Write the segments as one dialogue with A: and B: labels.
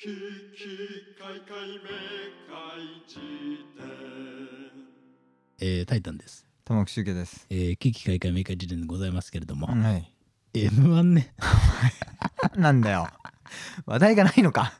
A: ききかいかいめかいじ典
B: えータイタンです。
C: 玉木周家です。
B: えー、危機開会明快時点でございますけれども、
C: はい。
B: M1 ね、
C: なんだよ。話題がないのか。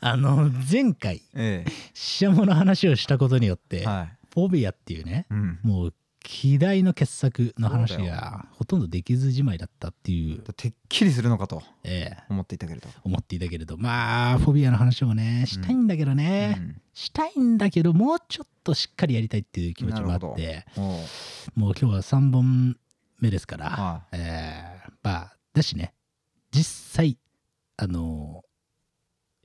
B: あの、前回、
C: え
B: シャモの話をしたことによって、
C: え。はい。
B: フォビアっていうね、
C: うん。
B: もう、希代の傑作の話
C: そうだ
B: がほとんどできずじまいだったっていう、
C: てっきりするのかと
B: えー
C: 思っていたけれど。
B: 思っていたけれど、まあ、フォビアの話もね、したいんだけどね、
C: うん
B: したいんだけど、もうちょっとしっかりやりたいっていう気持ちもあ
C: なる
B: っ
C: ほど
B: て、
C: おう
B: もう今日は3本目ですから、
C: は
B: えー、まあだしね実際あの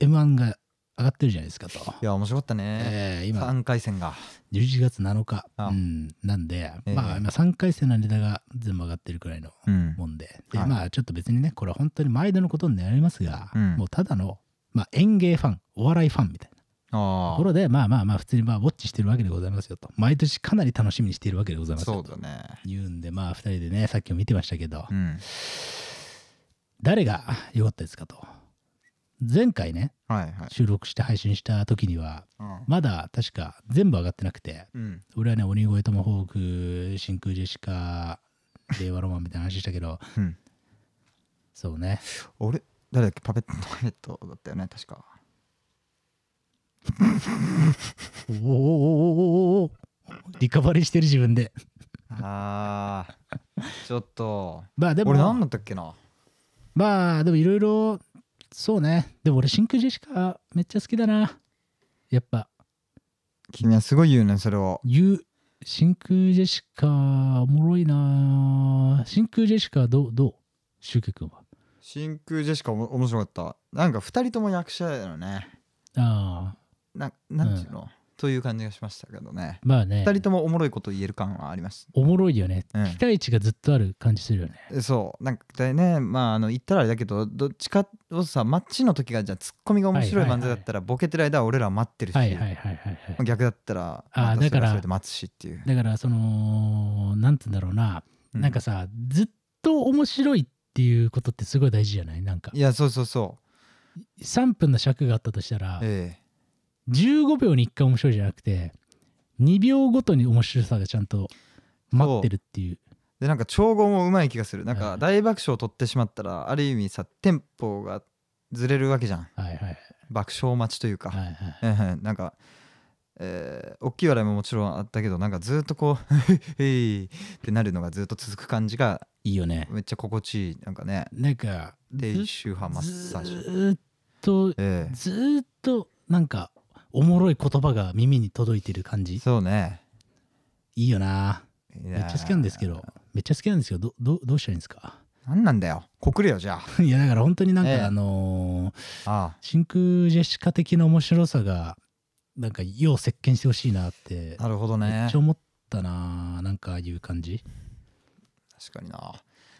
B: ー、m 1が上がってるじゃないですかと、
C: い。いや、面白かったね。
B: えー、今
C: 三回戦が。
B: 11月7日
C: あ
B: うん、なんで、
C: ええ
B: まあ今3回戦のネタが全部上がってるくらいの
C: うん
B: もんでで、
C: はい
B: まあちょっと別にねこれは本当に毎度のことになりますが、
C: うん
B: もうただの、まあ、演芸ファンお笑いファンみたいなと
C: あ
B: ころでまあまあまあ普通にまあウォッチしてるわけでございますよと毎年かなり楽しみにしているわけでござい
C: あ。
B: ますよ
C: そう
B: と
C: だね。
B: 言うんでまあ2人でねさっきも見てましたけど、
C: うん。
B: 誰が良かったですかと前回ね
C: はいはい。
B: 収録して配信した時には
C: うん
B: まだ確か全部上がってなくて
C: うん。
B: 俺はね鬼越トマホーク真空ジェシカ令和ロマンみたいな話したけど
C: うん。
B: そうね
C: 俺、誰だっけパペット、 パペットだったよね、確か。
B: おーおーおーおーおーリカバリーしてる自分で
C: ああ。ちょっと。
B: まあでも
C: 俺何だったっけな。
B: まあでもいろいろそうねでも俺真空ジェシカめっちゃ好きだなやっぱ
C: 君はすごい言うね、それを。
B: 言う真空ジェシカおもろいな真空ジェシカはどうどうシュウケ君は
C: 真空ジェシカおも面白かった。なんか二人とも役者やのね。
B: ああ
C: ななんていうの、という感じがしましたけどね
B: まあね
C: 二人ともおもろいこと言える感はあります
B: おもろいよね、
C: うん
B: 期待値がずっとある感じするよね
C: えそうなんかだいねまああの言ったらあれだけどどっちかをさマッチの時がじゃあツッコミが面白い
B: はいはい
C: 漫
B: はい
C: 才だったら、ボケてる間は俺らは待ってるし、
B: はいはいはいはいはい
C: 逆だったら
B: あー
C: またそれ
B: だから
C: はそれで待つしっていう、
B: だからそのなんつうんだろうな、
C: う
B: なんかさずっと面白いっていうことってすごい大事じゃないなんか
C: いやそうそうそ
B: 3分の尺があったとした
C: う
B: ら
C: ええ
B: 15秒に1回面白いじゃなくて2秒ごとに面白さがちゃんと待ってるっていう
C: でなんか調合もうまい気がするなん
B: う
C: か
B: ん
C: 大爆笑を取ってしまったらある意味さテンポがずれるわけじゃん
B: はいはい
C: 爆笑待ちというか、
B: はいはい
C: ええ なんか、えー、大きい笑いももちろんあったけどなんかずっとこう 「へい」ってなるのがずっと続く感じが
B: いいよね
C: めっちゃ心地いいなんかね
B: なんか
C: 低周波マッサー
B: ず
C: ジ
B: ーっと
C: え
B: ずーっとなんかおもろい言葉が耳に届いてる感
C: え
B: じ
C: そうね
B: いいよな
C: め
B: めっちゃ好きなんですけどめっちゃ好きなんですけどどどどうしたらいいんですか
C: 何なんだよ告れよじゃ
B: いやだから本当になんか、
C: ええ
B: あのー
C: ああ
B: 真空ジェシカ的な面白さがなんかよう席巻してほしいなって
C: あなるほど
B: め
C: ね
B: っちゃ思ったななんかああいう感じ
C: 確かにな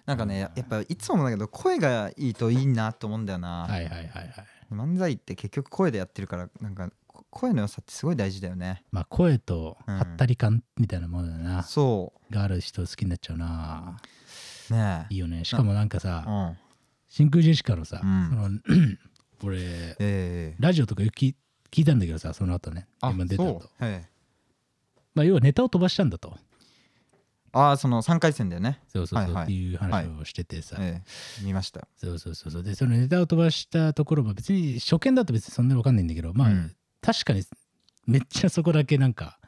C: なんかねややっぱいつも思うんだけど声がいいといいなと思うんだよな、
B: はいはいはいはい
C: 漫才って結局声でやってるからなんかこ声の良さってすごい大事だよね
B: まあ声と
C: うん
B: はったり感みたいなものだな、
C: そ
B: がある人好きになっちゃうな
C: うね
B: いいよねしかもなんかさ、
C: うん
B: 真空ジェシカのさ、
C: うん
B: その 俺
C: ええ
B: ラジオとかよく聞聞いたんだけどさその後ね
C: あ
B: 今出た
C: そ
B: と、
C: うはい
B: まあ、要はネタを飛ばしたんだと
C: ああその3回戦だよね、
B: そうそうそう、
C: はいはい
B: っていう話をしててさ、
C: ええ、見ましたよ
B: そうそうそうそうでそのネタを飛ばしたところも別に初見だと別にそんなに分かんないんだけどまあ、
C: うん
B: 確かにめっちゃそこだけなんか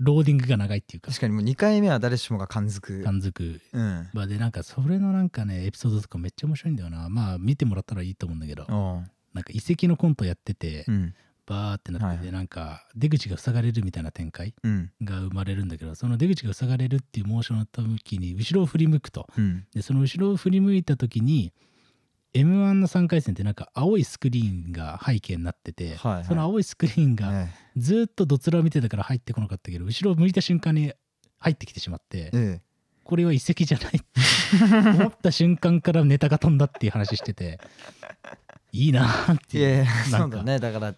B: ローディングが長いっていうか
C: 確かにもう2回目は誰しもが感づく
B: 感づく
C: うん
B: まあでなんかそれのなんかねエピソードとかめっちゃ面白いんだよなまあ見てもらったらいいと思うんだけど、
C: おう
B: なんか遺跡のコントやってて、
C: うん
B: バーってなってて、
C: はいはい
B: でなんか出口が塞がれるみたいな展開
C: うん
B: が生まれるんだけどその出口が塞がれるっていうモーションの時に後ろを振り向くと
C: うん
B: でその後ろを振り向いた時に m 1の3回戦ってなんか青いスクリーンが背景になってて、
C: はいはい
B: その青いスクリーンが
C: え
B: ずーっとどつらを見てたから入ってこなかったけど後ろを向いた瞬間に入ってきてしまって
C: ええ
B: これは遺跡じゃないって 思った瞬間からネタが飛んだっていう話してていいなーっ
C: え
B: て
C: い
B: いう
C: やいや
B: な
C: そ
B: ん
C: う
B: か
C: だねだから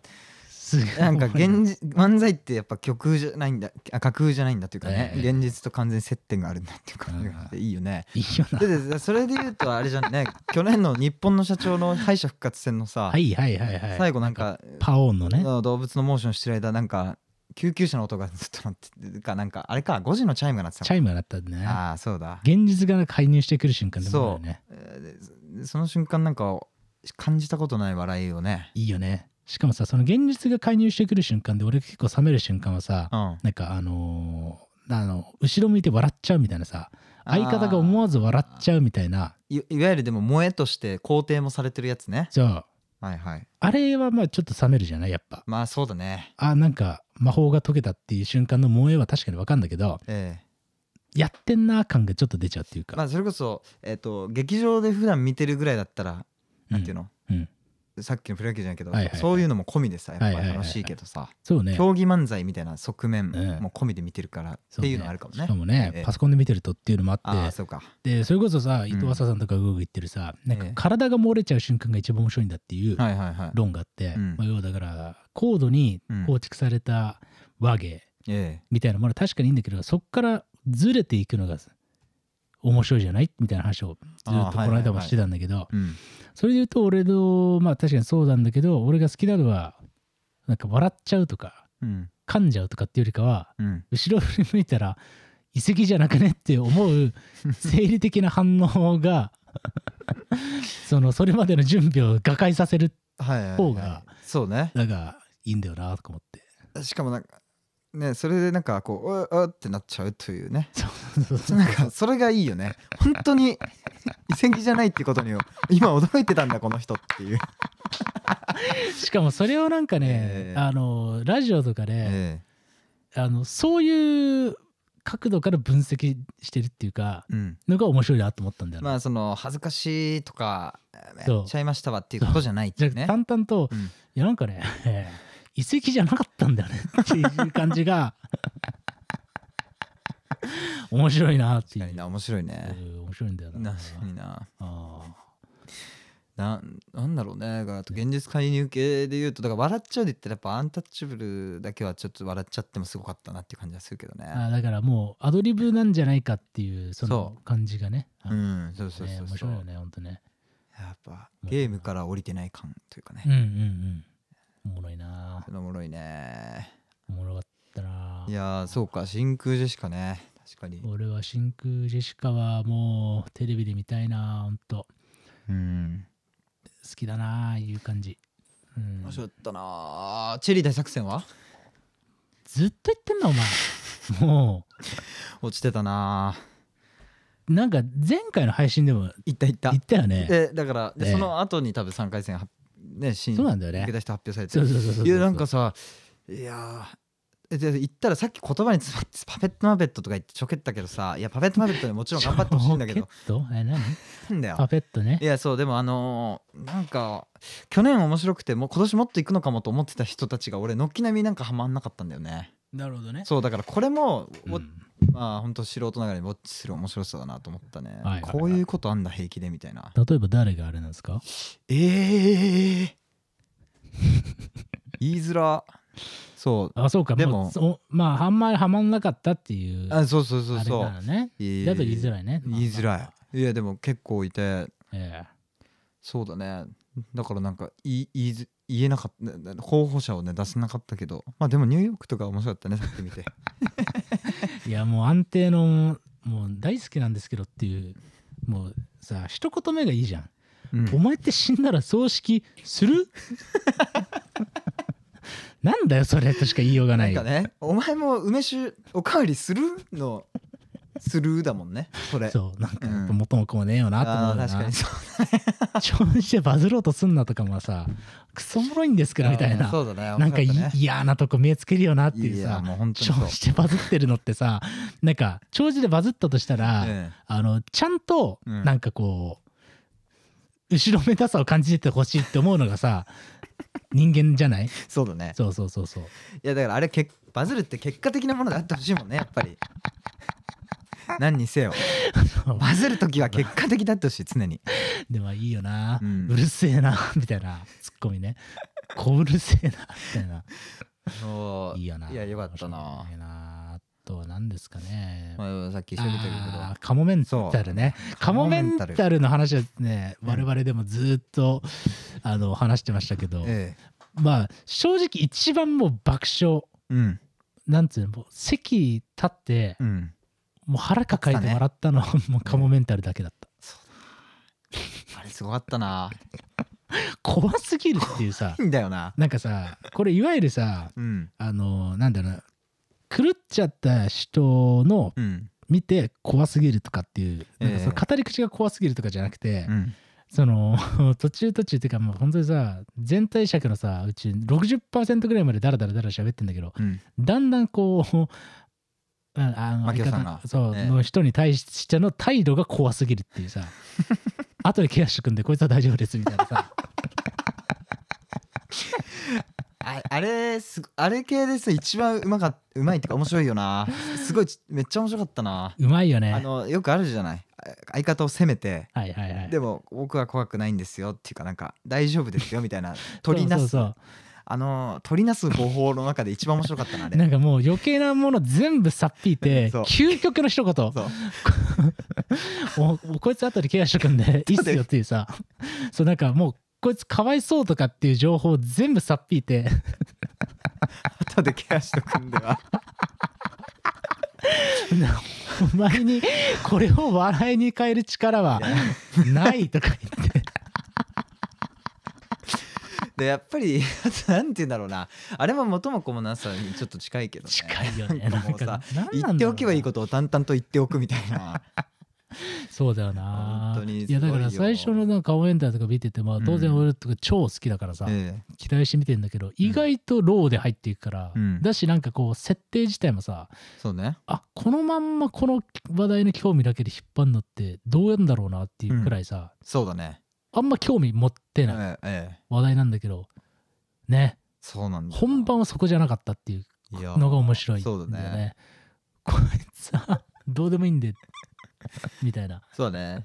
B: すぐ
C: なんか
B: 終わり
C: 現実漫才ってやっぱ曲じゃないんだあ架空じゃないんだっていうかね、
B: ええ
C: 現実と完全に接点があるんだっていう感じがあっていいよね。
B: いいよな
C: ででそれで言うとあれじゃ んね去年の日本の社長の敗者復活戦のさ、
B: はいはいはいはい
C: 最後なんか
B: パオーンのね
C: 動物のモーションしてる間なんか救急車の音がずっと鳴ってるかなんかあれか5時のチャイムが鳴ってた
B: チ
C: の
B: ャイムが鳴ったんだね
C: ああそうだ
B: 現実が介入してくる瞬間でもあるよね
C: えーでその瞬間なんか感じたことない笑いをね
B: いいよねしかもさその現実が介入してくる瞬間で俺が結構冷める瞬間はさ
C: うん
B: なんかあのーあの後ろ向いて笑っちゃうみたいなさ相方が思わず笑っちゃうみたいない
C: いわゆるでも萌えとして肯定もされてるやつね
B: そう
C: はいはい
B: あれはまあちょっと冷めるじゃないやっぱ
C: まあそうだね
B: あなんか魔法が解けたっていう瞬間の萌えは確かに分かんだけど
C: ええ
B: やってんな感がちょっと出ちゃうっていうか、
C: まあそれこそえっ、と劇場で普段見てるぐらいだったら、なんていうの、
B: うん
C: さっきのプロ野球じゃないけど、
B: はいはいはい
C: そういうのも込みでさやっぱ
B: はいはいはい
C: り
B: はい
C: 楽しいけどさ、
B: そうね
C: 競技漫才みたいな側面
B: ええ
C: も込みで見てるからっていうのはあるかもね
B: しかもね、
C: ええ
B: パソコンで見てるとっていうのもあって
C: ああそうか
B: でそれこそさ伊藤浅さんとかグーグー言ってるさ、なんか
C: ええ
B: 体が漏れちゃう瞬間が一番面白いんだっていう
C: はいはいはい
B: 論があって、
C: うん
B: まあ、要はだから高度に
C: うん
B: 構築された和芸
C: ええ
B: みたいなものは確かにいいんだけどそこからずれていくのが面白いじゃないみたいな話をずっ
C: あ
B: と
C: ー
B: こ
C: はい
B: の
C: はいはい
B: 間もしてたんだけど、
C: うん
B: それで言うと俺のまあ確かにそうなんだけど俺が好きなのはなんか笑っちゃうとか
C: うん
B: 噛んじゃうとかっていうよりかは
C: うん
B: 後ろ振り向いたら遺跡じゃなくねって思 う生理的な反応がそのそれまでの準備を瓦解させる
C: はいはい、
B: 方が
C: はい、そうね
B: のがいいんだよなとか思って
C: しかもなんかねそれでなんかこうううってなっちゃうというね
B: そうそうそう
C: なんかそれがいいよね本当に遺跡じゃないってことに今驚いてたんだこの人っていう、
B: しかもそれをなんかね、
C: ええ
B: あのラジオとかで、
C: え
B: あのそういう角度から分析してるっていうか
C: えうん、
B: のが面白いなと思ったんだよな
C: まあその恥ずかしいとか
B: そう
C: やっちゃいましたわっていうことじゃないって
B: じ
C: い
B: ゃ
C: うね
B: 淡々と、
C: うん
B: いやなんかね 遺跡じゃなかったんだよねっていう感じが 面白いなって
C: 確
B: い
C: か
B: う
C: にな面白い
B: うん
C: ね
B: 面白いんだよな
C: 確かにな
B: ああ
C: ななんだろうねだからあと現実介入系で言うとだから笑っちゃうで言ったらやっぱアンタッチャブルだけはちょっと笑っちゃってもすごかったなっていう感じはするけどね
B: ああだからもうアドリブなんじゃないかっていうその
C: そ
B: 感じがね
C: う
B: あ
C: んそうそう
B: ね
C: そう
B: 面
C: そう、
B: 白いよねほんとね
C: やっぱゲームから降りてない感というかね、
B: うんうんうんおもろいな
C: それおもろいね
B: おもろかったない
C: やーそうか真空ジェシカね確かに
B: 俺は真空ジェシカはもうテレビで見たいなほんと
C: うん
B: 好きだなあいう感じ、うん
C: 面、白かったなーチェリー大作戦は
B: ずっと言ってんなお前も
C: 落ちてたなー
B: うなんか前回の配信でも
C: いったいった
B: 言ったよね
C: でだからで
B: ね
C: その後に多分3回戦はね新
B: そうなんだよね
C: 抜けた人発表されて
B: そうそうそうそう
C: いやなんかさいやーえで言ったらさっき言葉に詰まってパペットマペットとか言ってちょけったけどさいやパペットマペットでもちろん頑張ってほしいんだ けど
B: パペットえ何
C: なんだよ
B: パペットね
C: いやそうでもあのーなんか去年面白くてもう今年もっと行くのかもと思ってた人たちが俺軒並みなんかハマんなかったんだよね
B: なるほどね
C: そうだからこれも、
B: うん
C: おまあ本当素人ながらにウォッチする面白さだなと思ったね、
B: はいはいはい
C: こういうことあんだ平気でみた いな
B: 例えば誰があれなんですか
C: えー、言いづらそう
B: あそうか
C: で
B: で
C: も
B: もおまああんまりはまんなかったっていうあ
C: あそうそうそう
B: れ
C: そう
B: ならね
C: いい
B: だと言いづらいね
C: 言いづらいいやでも結構いて
B: い、え
C: そうだねだからなんか言い言いづ言えなかったなな候補者をね出せなかったけどまあでもニューヨークとか面白かったねさっき 見て
B: えいやもう安定のもう大好きなんですけどっていうもうさ一言目がいいじゃん
C: うん
B: お前って死んだら葬式す るなんだよそれとしか言いようがな
C: なん
B: い
C: かねお前も梅酒おかわりするのするだもんねそれ
B: そうなんか
C: うん
B: やっぱ元も子もねえよなと思
C: あ
B: う
C: ー
B: よ
C: 確か
B: な
C: にそう
B: 調子でバズろうとすんなとかもさクソおもろいんですからみたい
C: あー
B: な
C: そうだね
B: なんかい
C: 面白ったね
B: 嫌なとこ目つけるよなって
C: い
B: いう
C: や
B: さ
C: もう本当に
B: 調
C: そう
B: 子でバズってるのってさなんか調子でバズったとしたら、
C: え
B: あのちゃんと
C: うん
B: なんかこう、後ろめたさを感じててほしいって思うのが さ人間じゃない
C: えそうだね
B: そうそうそうそう
C: いやだからあれけバズるって結果的なものであってほしいもんねやっ ぱり何にせよバズる時は結果的だってほしい常に
B: でもいいいよな、
C: う
B: うんるせえなみたいなツッコミねこううるせえなみたいな
C: おー
B: いいよない
C: やよかったな
B: 面白いなあとは何ですかね
C: まあ、さっき調べたけど
B: あーカモメンタルねカモメンタ
C: カモメンタ
B: ルの話はね
C: うん
B: 我々でもずっと、あの話してましたけど、
C: え
B: まあ正直一番もう爆笑
C: えうん
B: なんつうのもう席立って、
C: うん
B: もう腹抱えて笑ったのはもうカモメンタルだけだった
C: あれすごかったな
B: 怖すぎるっていう さ
C: いいんだよな
B: なんかさこれいわゆるさ
C: うん
B: あのなんだろうな狂っちゃった人の
C: うん
B: 見て怖すぎるとかっていうなんかその
C: ええ
B: 語り口が怖すぎるとかじゃなくて、
C: うん
B: その 途中途中っていうかもう本当にさ全体尺のさうち60%ぐらいまでダラダラダラ喋ってんだけど
C: うん
B: だんだんこう ああの
C: 牧野さんが
B: 相方そう、
C: ええ
B: の人に対しての態度が怖すぎるっていう さ後でケアしてくんでこいつは大丈夫ですみたいな さ
C: ああれすごあれ系です一番うまかっうまいってか面白いよなすごいちめっちゃ面白かったな
B: うまいよね
C: あのよくあるじゃないあ相方を責めて
B: はいはいはい
C: でも僕は怖くないんですよっていうかなんか大丈夫ですよみた いな取りな
B: そう
C: す
B: そうそう
C: あの取りなす方法の中で一番面白かったなあれ
B: なんかもう余計なもの全部さっぴいて
C: そう
B: 究極の一言
C: そう
B: もうもうこいつ後でケアしとくん でいいっすよっていうさそうなんかもうこいつかわいそうとかっていう情報を全部さっぴいて
C: 後でケアしとくんでは
B: なお前にこれを笑いに変える力はい
C: や
B: ないとか言 って
C: でやっぱり なんて言うんだろうなあれは元も子もなさにちょっと近いけど、ね、
B: 近いよね
C: な
B: なんん
C: かもうさ
B: か何な
C: 言
B: んだろうな
C: っておけばいいことを淡々と言っておくみたい な
B: そうだよな
C: 本当にすごいよ
B: やだから最初のなんか応援団とか見てても当然俺とか超好きだからさ、
C: え
B: 期待して見てんだけど意外とローで入っていくから、
C: うん
B: だしなんかこう設定自体もさ
C: えそうね
B: あこのまんまこの話題の興味だけで引っ張るのってどうやんだろうなっていうくらいさ、
C: そうだね
B: あんま興味持ってない
C: ええええ
B: 話題なんだけどね
C: そうなんだ
B: 本番はそこじゃなかったっていう
C: いや
B: のが面白いんだよね
C: そうだね
B: こいつはどうでもいいんでみたいな
C: そうだね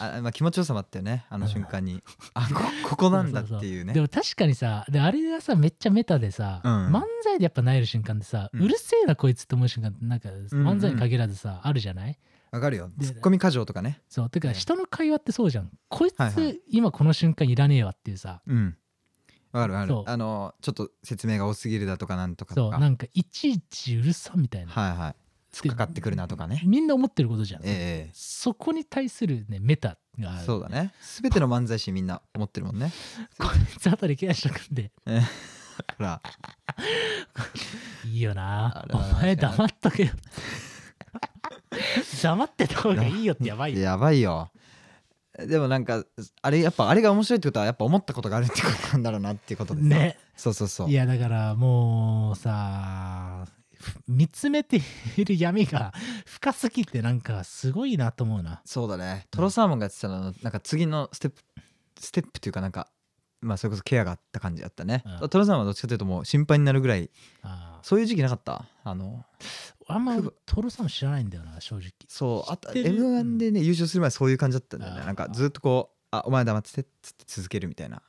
C: ああ、まあ、気持ちよさもあったよねあの瞬間にあこここなんだっていうね
B: でも確かにさであれがさめっちゃメタでさ、
C: うん
B: 漫才でやっぱなえる瞬間でさ、
C: う
B: うんるせえなこいつって思う瞬間ってなんか漫才に限らずさ、あるじゃない
C: わかるよ
B: で
C: ツッコミ過剰とかね
B: そうて
C: う
B: か
C: ん
B: 人の会話ってそうじゃん、こいつ、
C: はいはい
B: 今この瞬間いらねえわっていうさ
C: うんわかるわか
B: そ
C: る
B: う
C: あのちょっと説明が多すぎるだとかなんとか
B: そ
C: と
B: う
C: か
B: なんかいちいちうるさみたいな、
C: はいはい突っかかってくるなとかね
B: みんな思ってることじゃん、
C: ええ
B: そこに対するねメタがある
C: そうだね全ての漫才師みんな思ってるもんね
B: こいつあたりケアしとくんで
C: ほら
B: いいよな
C: あれ
B: お
C: は
B: 前黙っとけよ黙ってた方がいいよってやばいよ
C: やばいよでもなんかあれやっぱあれが面白いってことはやっぱ思ったことがあるってことなんだろうなっていうことです
B: ね
C: そうそうそう
B: いやだからもうさ見つめている闇が深すぎてなんかすごいなと思うな
C: そうだねトロサーモンがやってたのなんか次のステップステップというかなんかまあそれこそケアがあった感じだったね、
B: うん
C: トロサーモンはどっちかというともう心配になるぐらい
B: あー
C: そういう時期なかったあの
B: あんま
C: ふぶ
B: トロさんも知らないんだよな正直
C: そうあと
B: 知ってる
C: m 1でね優勝する前そういう感じだったんだよね
B: あー
C: なんかずっとこう「あお前黙ってて」っつって続けるみたいな
B: あ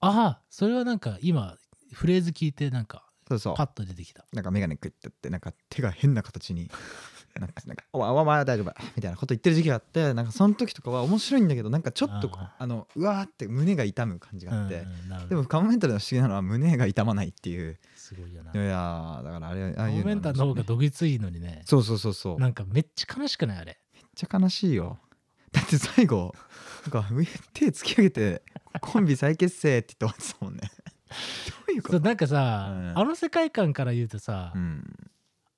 B: あそれはなんか今フレーズ聞いてなんか
C: そうそう
B: パッと出てきた
C: なんか眼鏡くいってってなんか手が変な形に なんかなんかお前お前は大丈夫みたいなこと言ってる時期があってなんかその時とかは面白いんだけどなんかちょっとこう
B: あ
C: あのうわーって胸が痛む感じがあって、
B: うんうんなるほど
C: でもカモメンタルの不思議なのは胸が痛まないっていう
B: すごいよない
C: やーだからあれあ
B: モ
C: あいう
B: メンタルの方が
C: ど
B: どぎついのにね
C: そうそうそうそうめ
B: な
C: っ
B: んかめっちゃ悲しくないあれ
C: ちゃ悲しいよだって最後なんか上手突き上げてコンビ再結成って言って終わってたもんねどういうこ
B: そう
C: と
B: なんかさ、
C: うん
B: あの世界観から言うとさ、
C: うん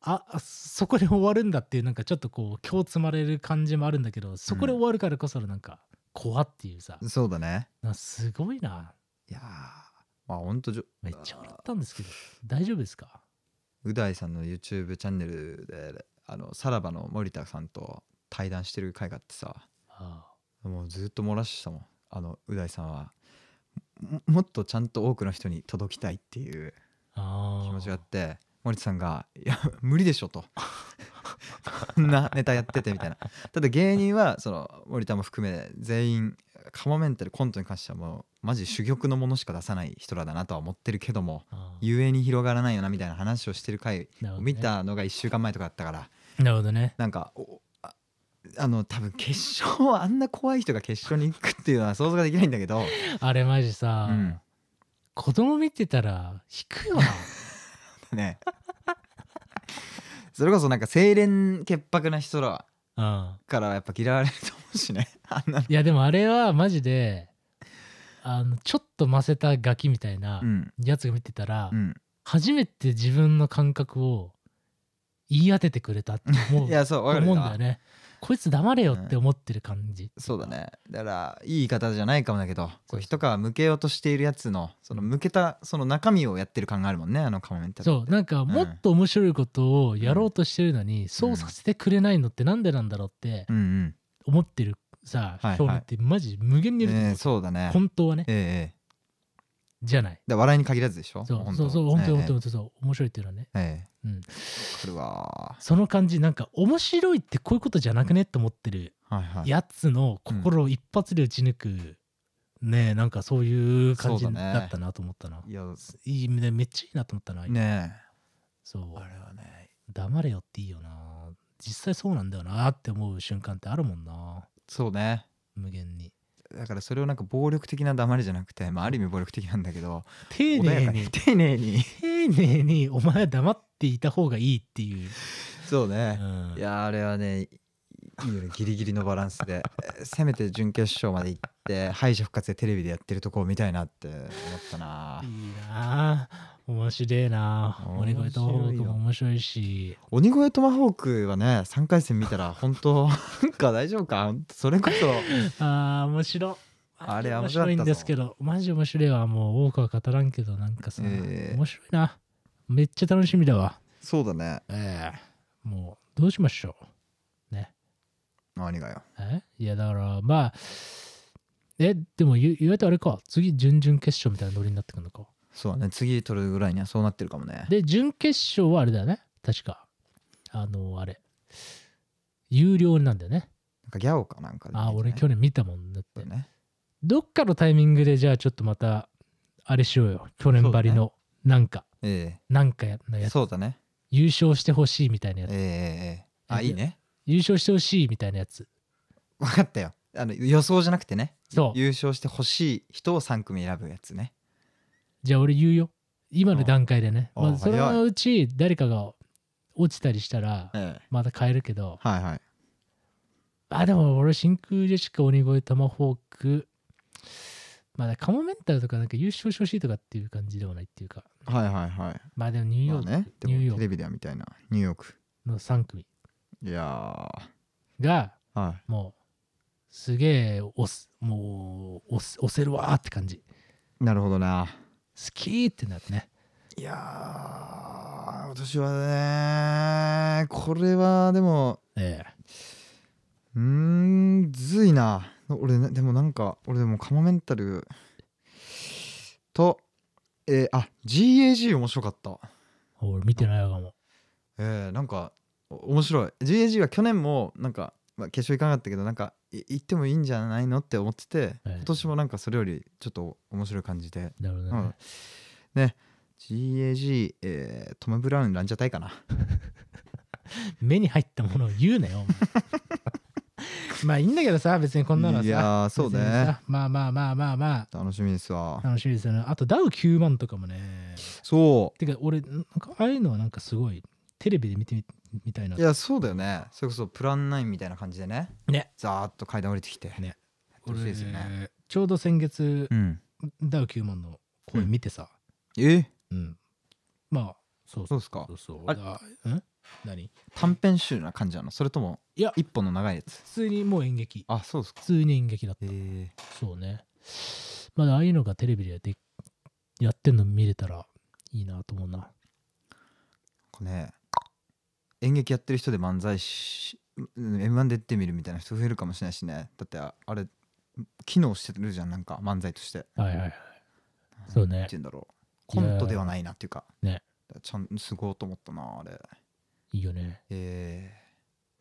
B: ああそこで終わるんだっていうなんかちょっとこう今日積まれる感じもあるんだけどそこで終わるからこそのなんか怖っていうさ、
C: そうだね
B: なんかすごいない
C: やーまあほんとじょ
B: めっちゃ笑ったんですけど大丈夫ですか
C: う大さんの YouTube チャンネルであのさらばの森田さんと対談してる回があってさ
B: あ
C: もうずっと漏らしてたもんあのう大さんはももっとちゃんと多くの人に届きたいっていう
B: あああ
C: 気持ちがあって森田さんが「いや無理でしょ」とこんなネタやっててみたいなただ芸人はその森田も含め全員カモメンタルコントに関してはもうマジ珠玉のものしか出さない人らだなとは思ってるけども
B: あー
C: ゆえに広がらないよなみたいな話をしてる回
B: なるほ
C: を
B: どね
C: 見たのが1週間前とかだったから
B: なるほどね。
C: なんかおああの多分決勝はあんな怖い人が決勝に行くっていうのは想像ができないんだけど、
B: あれマジ
C: う
B: さ、
C: ん、
B: 子供見てたら引くわ。
C: ねそれこそなんか清廉潔白な人ら
B: うん。
C: からはやっぱ嫌われると思うしね あんな、
B: いやでもあれはマジで、あのちょっとませたガキみたいな
C: うん
B: やつが見てたら、
C: うん、
B: 初めて自分の感覚を言い当ててくれたって思う
C: いやそう分かる
B: 思うんだよね。こいつ黙れよって思ってる感じ。
C: そうだねだからいい言い方じゃないかもだけど
B: そう
C: こう一皮向けようとしているやつのその向けたその中身をやってる感があるもんねあのカモメンタル
B: そうなんかもっと面白いことをやろうとしてるのに、そうさせてくれないのってなんでなんだろうって
C: うんうん
B: 思ってるさ、
C: はいはい
B: 表面ってマジ無限にいると思う
C: ええそうだね
B: 本当はね
C: ええええ
B: じゃない
C: だから笑いに限らずでしょ
B: そう
C: 当
B: そうそう本当に本当
C: え
B: にそう面白いっていうのはね、
C: えええ
B: うん、
C: これは
B: その感じなんか面白いってこういうことじゃなくねって思ってる
C: はいはい
B: やつの心を一発で打ち抜く、ねえなんかそういう感じ
C: そうだね
B: だったなと思ったな、
C: いや
B: いいねめっちゃいいなと思ったな、
C: ね
B: そ
C: え
B: う
C: れはね
B: 黙れよっていいよな実際そうなんだよなって思う瞬間ってあるもんな
C: そうね
B: 無限に
C: だからそれをなんか暴力的な黙りじゃなくて、まあ、ある意味暴力的なんだけど
B: 丁
C: 穏や
B: 寧
C: か
B: に
C: に丁寧 に
B: 丁寧にお前は黙っていた方がいいって いう、
C: そ
B: う
C: うね、
B: ん
C: い、やーあれはねいいいよねギリギリのバランスで えーせめて準決勝まで行って敗者復活でテレビでやってるとこを見たいなって思ったない
B: いなあ面白いなあ鬼
C: 面白いよ
B: 越トマホークも面白いし
C: 鬼越トマホークはね3回戦見たら本当なんか大丈夫かそれこそ
B: あー面白
C: あれ
B: 面白いんですけどマジ面白いわもう多くは語らんけどなんかさ、
C: ええ
B: 面白いなめっちゃ楽しみだわ
C: そうだね
B: ええもうどうしましょうね
C: 何がよ
B: えいやだからまあえでも言う言われてあれか次準々決勝みたいなノリになってくるのか
C: そうだね次取るぐらいにはそうなってるかもね
B: で準決勝はあれだよね確かあのあれ有料なんだよね
C: なんかギャオかなんかで見てね、
B: あー俺去年見たもんだっ
C: そう
B: て
C: だね
B: どっかのタイミングでじゃあちょっとまたあれしようよ去年ばりのなんか、
C: え
B: なんかの
C: え
B: やつ
C: そうだね
B: 優勝してほしいみたいなや
C: え
B: つ、
C: ええええあいいね
B: 優勝してほしいみたいなやつ
C: 分かったよあの予想じゃなくてね
B: そう
C: 優勝してほしい人を3組選ぶやつね
B: じゃあ俺言うよ今の段階でね
C: あ
B: まあ、
C: あ
B: そのうち誰かが落ちたりしたら
C: ええ
B: また変えるけど
C: はいはい
B: あでも俺真空ジェシカ鬼越トマホークまあカモメンタルとかなんか優勝してほしいとかっていう感じではないっていうか
C: はいはいはい
B: まあでもニューヨーク
C: ねで
B: ニューヨー
C: も
B: ク
C: テレビではみたいなニューヨーク
B: の3組
C: いや
B: が
C: ーはい
B: もうすげえ押すもう押す押せるわーって感じ
C: なるほどな
B: 好きーってなってね
C: いやー私はねこれはでも
B: ええ
C: うーんむずいな俺ねでもなんか俺でもカモメンタルとえー、あ GAG 面白かった
B: 俺見てないわかも
C: えー、なんかお面白い GAG は去年もなんか、まあ、決勝いかなかったけどなんかい行ってもいいんじゃないのって思ってて
B: ええ
C: 今年もなんかそれよりちょっと面白い感じで、
B: なるほどね、
C: うんね GAG、えートム・ブラウンランジャタイかな
B: 目に入ったものを言うなよお前 まあいいんだけどさ別にこんなのはさ
C: いやーそうね
B: 別にさまあまあまあまあま
C: 楽しみですわ
B: あ楽しみですよねあとダウ9万とかもね
C: そ
B: てか俺なんかああいうのはなんかすごいテレビで見てみみたいな
C: ういやそうだよねそれこそプラン9みたいな感じでね
B: ね
C: ざーっと階段降りてきて、
B: ね
C: やってほしいですよね
B: 俺ちょうど先月、
C: うん
B: ダウ9万の声見てさ、
C: え
B: うんまあそうそう
C: そうですか
B: そうそう
C: あれ
B: あうん何普
C: 短編集な感じなのそれとも
B: いや
C: 一本の長いやつ
B: 通にもう演劇
C: あそうですか
B: 普通に演劇だった
C: えー、
B: そうね。まだああいうのがテレビでやってやってんの見れたらいいなと思うな。
C: これね演劇やってる人で漫才師 m 1出てみるみたいな人増えるかもしれないしねだってああれ機能してるじゃんなんか漫才として
B: はいはいはい。そうね
C: って言うんだろうコントではないなっていうか
B: いやね
C: ちゃんすごいと思ったなあれ
B: いいよね。
C: え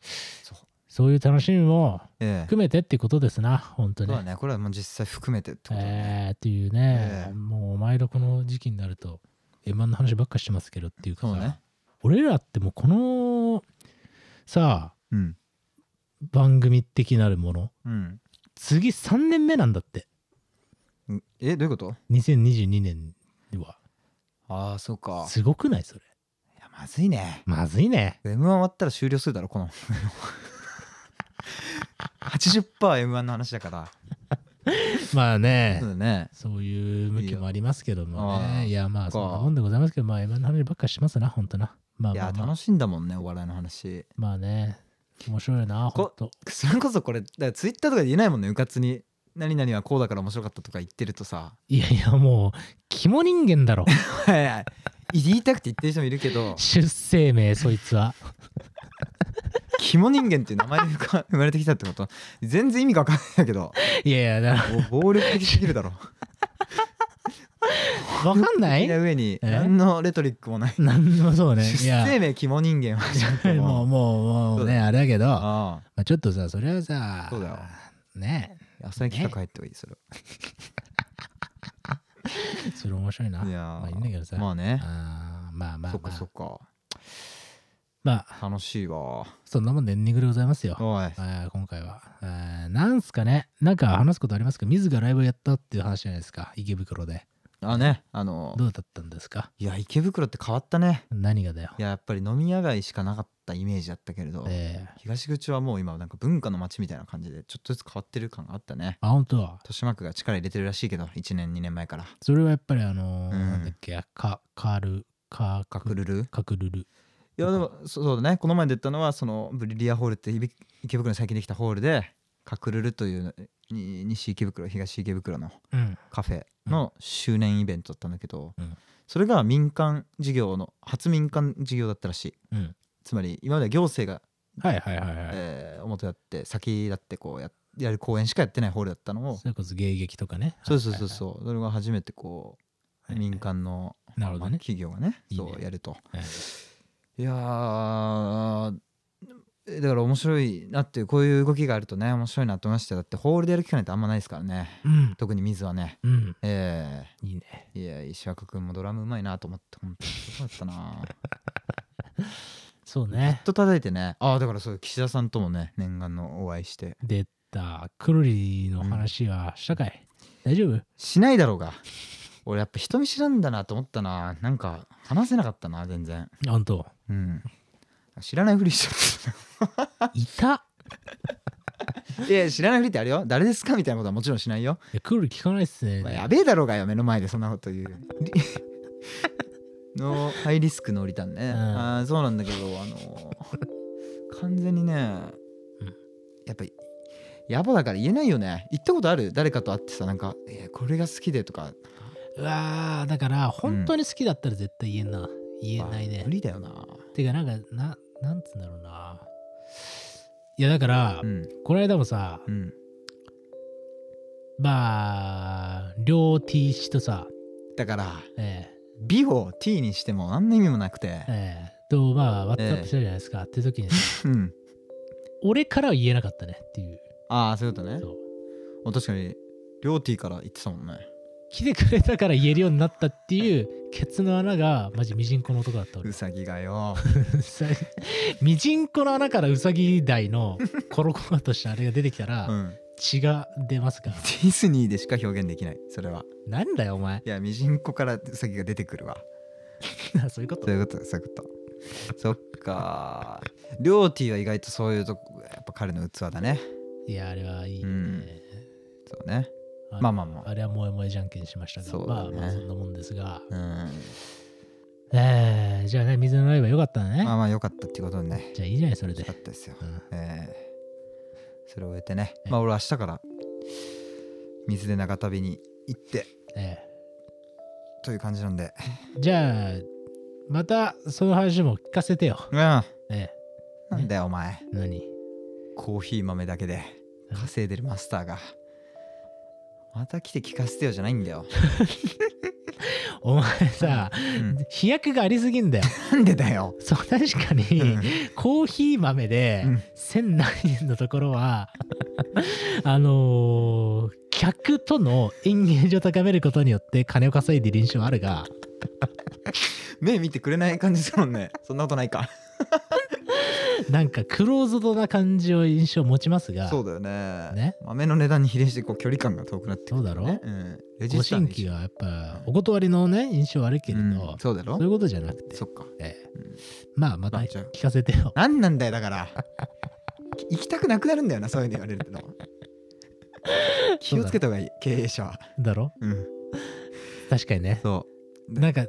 C: ー、そう
B: そういう楽しみも
C: ええ
B: 含めてってことですな本当
C: そう
B: に
C: だねこれはもう実際含めてってことだね、
B: えーっていうね、
C: ええ
B: もうお前らこの時期になると M1 の話ばっかしてますけどっていうかさ
C: そうね
B: 俺らってもうこのさ
C: うん
B: 番組的なるもの
C: うん
B: 次3年目なんだって
C: うんえどういうこと
B: 2022年は
C: ああそうか
B: すごくないそれ
C: いやまずいね
B: まずいね
C: M1 終わったら終了するだろこの 80%M1 の話だから
B: まあね、
C: そうだね
B: そういう向きもありますけども
C: いいよああ
B: ねいやまあ
C: そっ
B: そん
C: か
B: なもんでございますけどまあ M1 の話ばっかりしますなほんとなまあ
C: い
B: まあ
C: や
B: まあ
C: 楽しいんだもんねお笑いの話
B: まあね面白いなほんと
C: それこそこれだからツイッターとかで言えないもんねうかつに「何々はこうだから面白かった」とか言ってるとさ
B: いやいやもう肝人間だろ
C: はいはい言いたくて言ってる人もいるけ ど
B: 出生名そいつは
C: 肝人間っていう名 前で生か生まれてきたってこと全然意味が分かんないんだけど
B: いやいやだか
C: お暴力的すぎるだろ
B: ら分かんな
C: 的
B: い
C: な上に
B: え
C: 何のレトリックもない
B: なんもそうねい
C: 出
B: や
C: 生名肝人間はちょっと
B: もう
C: もう
B: もうもうねあれだけどま
C: ああ
B: あちょっとさそれはさ
C: そうだよ
B: ね
C: 浅い企画入った方がいいそれは
B: それ面白いない
C: や
B: まあいいんだけどさ
C: まあね
B: あーまあまあまあ
C: そっかそっか
B: まあ
C: 楽しいわ
B: そんなもんでエンディングでございますよ
C: おい
B: あー今回はあーなんすかねなんか話すことありますか自らライブやったっていう話じゃないですか池袋で
C: あねあの
B: どうだったんですか
C: いや池袋って変わったね
B: 何がだよ
C: いややっぱり飲み屋街しかなかったイメージだったけれど、
B: えー
C: 東口はもう今なんか文化の街みたいな感じでちょっとずつ変わってる感があったね
B: あ本当は
C: 豊島区が力入れてるらしいけど1年2年前から
B: それはやっぱりあのー
C: うん
B: なんだっけカカールカー
C: ガクルルい
B: カクルル
C: やでもそうそうだねこの前出たのはそのブリリアホールって池袋に最近できたホールでカクルルというに西池袋東池袋の
B: うん
C: カフェの周年イベントだったんだけど、
B: うん
C: それが民間事業の初民間事業だったらしい
B: うん
C: つまり今までは行政が
B: はいはいはいはい、
C: えー表だって先だってこうややる公演しかやってないホールだったのを
B: それこそ迎撃とかね
C: そうそうそうそうそれが初めてこう
B: はいはい
C: 民間の
B: なるほどね
C: 企業がね
B: いいね
C: そうやると
B: はい
C: いやーえだから面白いなっていうこういう動きがあるとね面白いなと思いましたよだってホールでやる機会なんてあんまないですからね
B: うん
C: 特に水はね
B: うん
C: え
B: いいね
C: えいや石若君もドラムうまいなと思って本当にそうだっ たな
B: そうね
C: ずっと叩いてねああだからそう岸田さんともね念願のお会いして
B: 出たクルリの話はしたかい、大丈夫
C: しないだろうが俺やっぱ人見知らんだなと思ったななんか話せなかったな全然
B: 本当
C: うん知らないふりしちゃっ
B: いた
C: た いや知らないふりってあるよ誰ですかみたいなことはもちろんしないよ、
B: いやクルリ聞かないっすね、
C: まあ やべえだろうがよ目の前でそんなこと言う のハイリスクの降りたんね、
B: うん
C: あーそうなんだけどあのー完全にねやっぱりやばだから言えないよね言ったことある誰かと会ってさなんか「いやこれが好きで」とか
B: うわーだから本当に好きだったら絶対言えんな、言えない
C: あ
B: ね
C: 無理だよな
B: てかなんかななんつうんだろうないやだから、
C: うん
B: この間もさ、
C: うん
B: まあ両 T 氏とさ
C: だから
B: え
C: 美を T にしても何の意味もなくて
B: え、ええとまあワッツアッ
C: え
B: プ
C: え
B: したじゃないですか、って時に
C: うん、
B: 俺からは言えなかったねっていう
C: ああそういうことね
B: そう
C: お確かに両 T から言ってたもんね
B: 来てくれたから言えるようになったっていうケツの穴がマジミジンコの男だった俺
C: うさぎがよ
B: うさぎミジンコの穴からウサギ台のコロコロとしたあれが出てきたら、
C: うん
B: 血が出ますから
C: ディズニーでしか表現できないそれは
B: なんだよお前
C: いやミジンコからうさぎが出てくるわ
B: そういうこと
C: そういうことそういうことそっか両 T は意外とそういうとこやっぱ彼の器だね
B: いやあれはいいね、
C: うんそうね
B: あ
C: まあまあまあ
B: あれは萌え萌えじゃんけんしましたが、
C: そう
B: ま
C: だ
B: あ
C: ね
B: まあそんなもんですが
C: うん
B: えー、じゃあね水のライブは良かったね、
C: まあまあ良かったっていうことでね
B: じゃあいいじゃないそれ
C: 良
B: で
C: か、ったですよ
B: うん
C: えーそれを終えてね
B: ええ
C: まあ俺明日から水で長旅に行って
B: え
C: という感じなんで
B: えじゃあまたその話も聞かせてよ
C: うんな
B: え
C: んだよお前
B: え何
C: コーヒー豆だけで
B: うん
C: 稼いでるマ スターがまた来て聞かせてよじゃないんだよ
B: お前さ
C: うん
B: 飛躍がありすぎんだよ
C: なんでだよ
B: そう確かに、
C: うん
B: コーヒー豆で
C: うん
B: 千何円のところは あのー客とのエンゲージを高めることによって金を稼いでいる印象はあるが
C: 目見てくれない感じですもんね そんなことないか
B: なんかクローズドな感じを印象持ちますが
C: そうだよね
B: ね
C: 豆の値段に比例してこう距離感が遠くなってくるよね、うん、
B: ご
C: レジスタ
B: 新
C: ント
B: 規はやっぱお断りのね印象はあるけれど、
C: うん、そうだろ
B: そういうことじゃなくて
C: そっか
B: ええ
C: うん
B: まあまた
C: まあじゃあ
B: 聞かせてよ
C: なんなんだよだからき行きたくなくなるんだよなそういうの言われると 気をつけた方がいい経営者は
B: だろ
C: うん
B: 確かにね
C: そ
B: なんか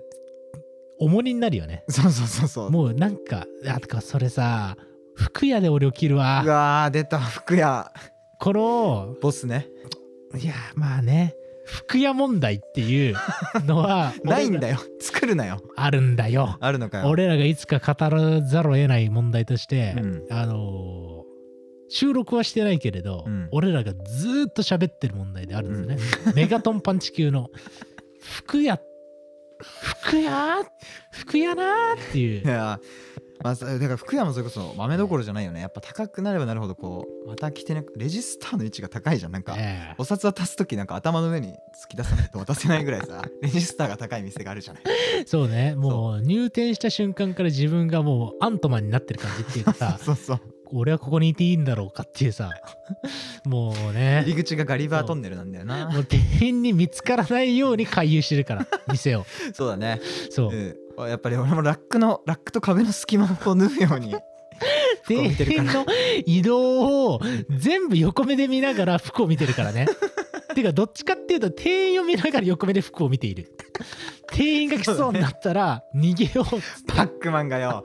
B: 重荷になるよね
C: うそうそうそうそう
B: もうなんかあとかそれさ服屋で俺を着るわ
C: うわー出た服屋
B: この
C: ボスね
B: いやまあね服屋問題っていうの は
C: ないん
B: よ
C: だよ 作るなよ
B: あるんだよ
C: あるのかよ
B: 俺らがいつか語らざるを得ない問題として、
C: うん
B: あのー収録はしてないけれど、
C: うん
B: 俺らがずーっと喋ってる問題であるんですよね、 メガトンパンチ級の服屋服屋服屋なーってい
C: いうやまあ、さだから福山それこそ豆どころじゃないよねやっぱ高くなればなるほどこうまた着てなくレジスターの位置が高いじゃんなんか
B: ええ
C: お札渡す時なんか頭の上に突き出さないと渡せないぐらい さレジスターが高い店があるじゃない
B: そうねもう入店した瞬間から自分がもうアントマンになってる感じっていうかさ
C: そうそう
B: 俺はここにいていいんだろうかっていう さもうね
C: 入り口がガリバートンネルなんだよ
B: も
C: な
B: う店員に見つからないように回遊してるから店を
C: そうだね、
B: そう、
C: うん、やっぱり俺もラックのラックと壁の隙間をこう縫うように
B: 店
C: 見てるか
B: 員
C: ら
B: の移動を全部横目で見ながら服を見てるからね。てかどっちかっていうと店員を見ながら横目で服を見ている。店員が来そうになったら逃げようっつって
C: パックマンがよ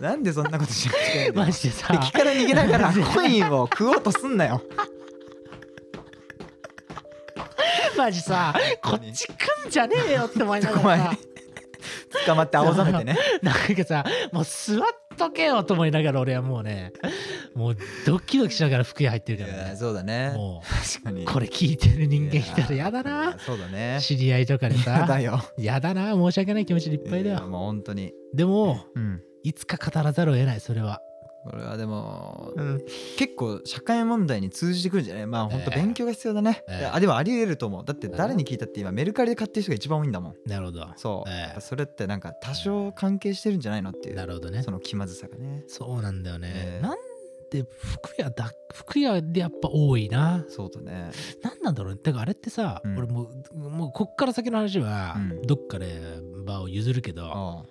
C: なんでそんなことしなくちゃいけ ないんだよ
B: マジでさ
C: 敵から逃げながらコインを食おうとすんなよ
B: マジ さこっち来んじゃねえよって思いな
C: 男
B: がら
C: 前
B: さ
C: に捕まって青ざめてね
B: なんかさもう座っとけよと思いながら俺はもうねもうドキドキしながら服屋入ってる
C: い
B: から
C: や
B: ね。
C: そうだね
B: も
C: 確か
B: う
C: に
B: これ聞いてる人間いたらやだ
C: いや
B: な。
C: そうだね
B: 知り合いとかで
C: やだ
B: さ
C: よ
B: やだな申し訳ない気持ちでいっぱいだ
C: や
B: よ。
C: もう本当に
B: でも
C: うん
B: いつか語らざるを得ないそれは。
C: これはでも
B: うん、
C: 結構社会問題に通じてくるんじゃないまあ本当
B: ええ
C: 勉強が必要だね、
B: ええ
C: いやあでもあり得ると思うだって誰に聞いたって今メルカリで買ってる人が一番多いんだもん
B: なるほど。
C: そう、
B: ええ
C: やっぱそれってなんか多少関係してるんじゃないのっていう
B: なるほどね
C: そ。の気まずさがね
B: そうなんだよね
C: え。え
B: なんで服屋だ服屋でやっぱ多いな。
C: そうだね
B: なんなんだろうね。だからあれってさ、
C: うん
B: 俺もうもうこっから先の話は、
C: うん
B: どっかで場を譲るけど、ま
C: ああ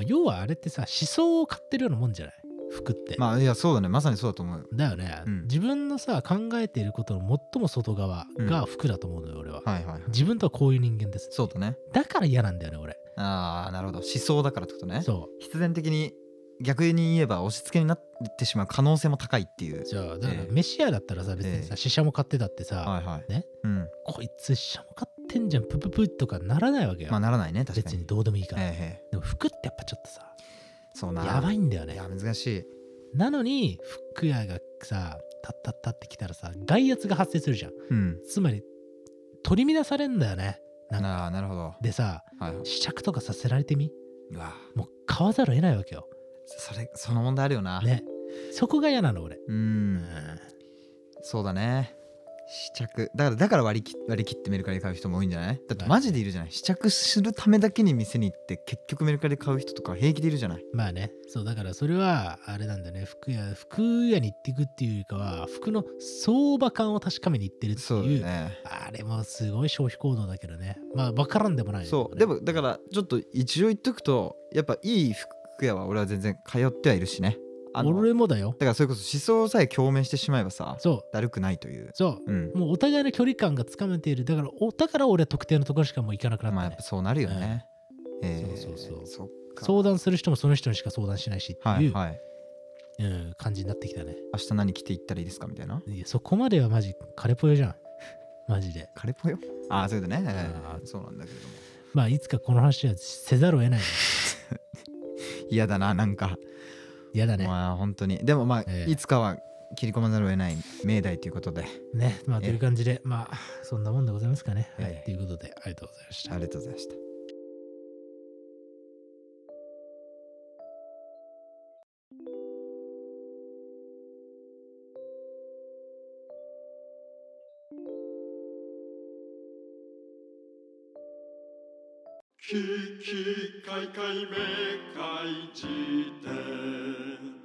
B: あ、要はあれってさ思想を買ってるようなもんじゃない服って。
C: まあいやそうだねまさにそうだと思う
B: だよね、
C: うん
B: 自分のさ考えていることの最も外側が服だと思うのよ俺は、
C: はいはいはい
B: 自分とはこういう人間です
C: そうだね
B: だから嫌なんだよね俺
C: ああなるほど思想だからってことね
B: そ
C: 必然的に逆に言えば押し付けになってしまう可能性も高いっていう
B: うじゃあだから
C: ええ
B: 飯屋だったらさ別に
C: え
B: さ
C: え
B: 死者も買ってたってさ、
C: はいはい
B: ね
C: うん
B: こいつシャモ買ってんじゃんプププとかならないわけよ、
C: まあならないね確か
B: 別
C: に
B: にどうでもいいから、
C: えええ
B: でも服ってやっぱちょっとさ
C: えそうな
B: やばいんだよ
C: い
B: ね
C: や難しい
B: なのに服屋がさタッタッタってきたらさ外圧が発生するじゃん
C: うん
B: つまり取り乱されんだよねなんか
C: ああなるほどは
B: でさ
C: いはい
B: 試着とかさせられてみ
C: うわ
B: もう買わざるを得ないわけよ
C: それその問題あるよな
B: ねそこが嫌なの俺
C: う
B: うんん
C: そうだね試着だからだから割り切割り切ってメルカリで買う人も多いんじゃないだっ
B: ま
C: て
B: あ
C: マジでいるじゃない試着するためだけに店に行って結局メルカリで買う人とか平気でいるじゃない
B: まあねそうだからそれはあれなんだよね服屋服屋に行っていくっていうよりかは服の相場感を確かめに行ってるって
C: そうだ
B: い
C: よ
B: う
C: ね
B: あれもすごい消費行動だけどね。まあ分からんでもない、。
C: そうでもだかららちょっと一応言っとくとやっぱいい服屋は俺は全然通ってはいるしねあのだ
B: 俺もだよ。
C: からそれこそ思想さえ共鳴してしまえばさ
B: そう
C: だるくないという
B: そ
C: うん
B: う。もうお互いの距離感がつかめている。だからおだから俺は特定のところしかもう行かなくなっ
C: ま
B: た
C: あやっ
B: ね
C: ぱ。そうなるよね、えー
B: そうそうそう
C: そっか
B: 相談する人もその人にしか相談しないしって、
C: はいいうはい
B: うん、感じになってきたね。
C: 明日何着ていったらいいですかみたいない
B: やそこまではマジカレポヨじゃん。マジで。
C: カレポよああそうだね、え
B: あ
C: ーそうなんだけれども
B: まあいつかこの話はせざるを得ないね。
C: 嫌だななんか、
B: 嫌だね。
C: まあ本当にでもまあ、
B: ええ
C: いつかは切り込まざるを得ない命題ということで
B: ね。まあと
C: え
B: いう感じで、まあそんなもんでございますかね。は
C: え
B: い。
C: え
B: ということでありがとうございました
C: あ。りがとうございました
A: ききかいかいめかいじ典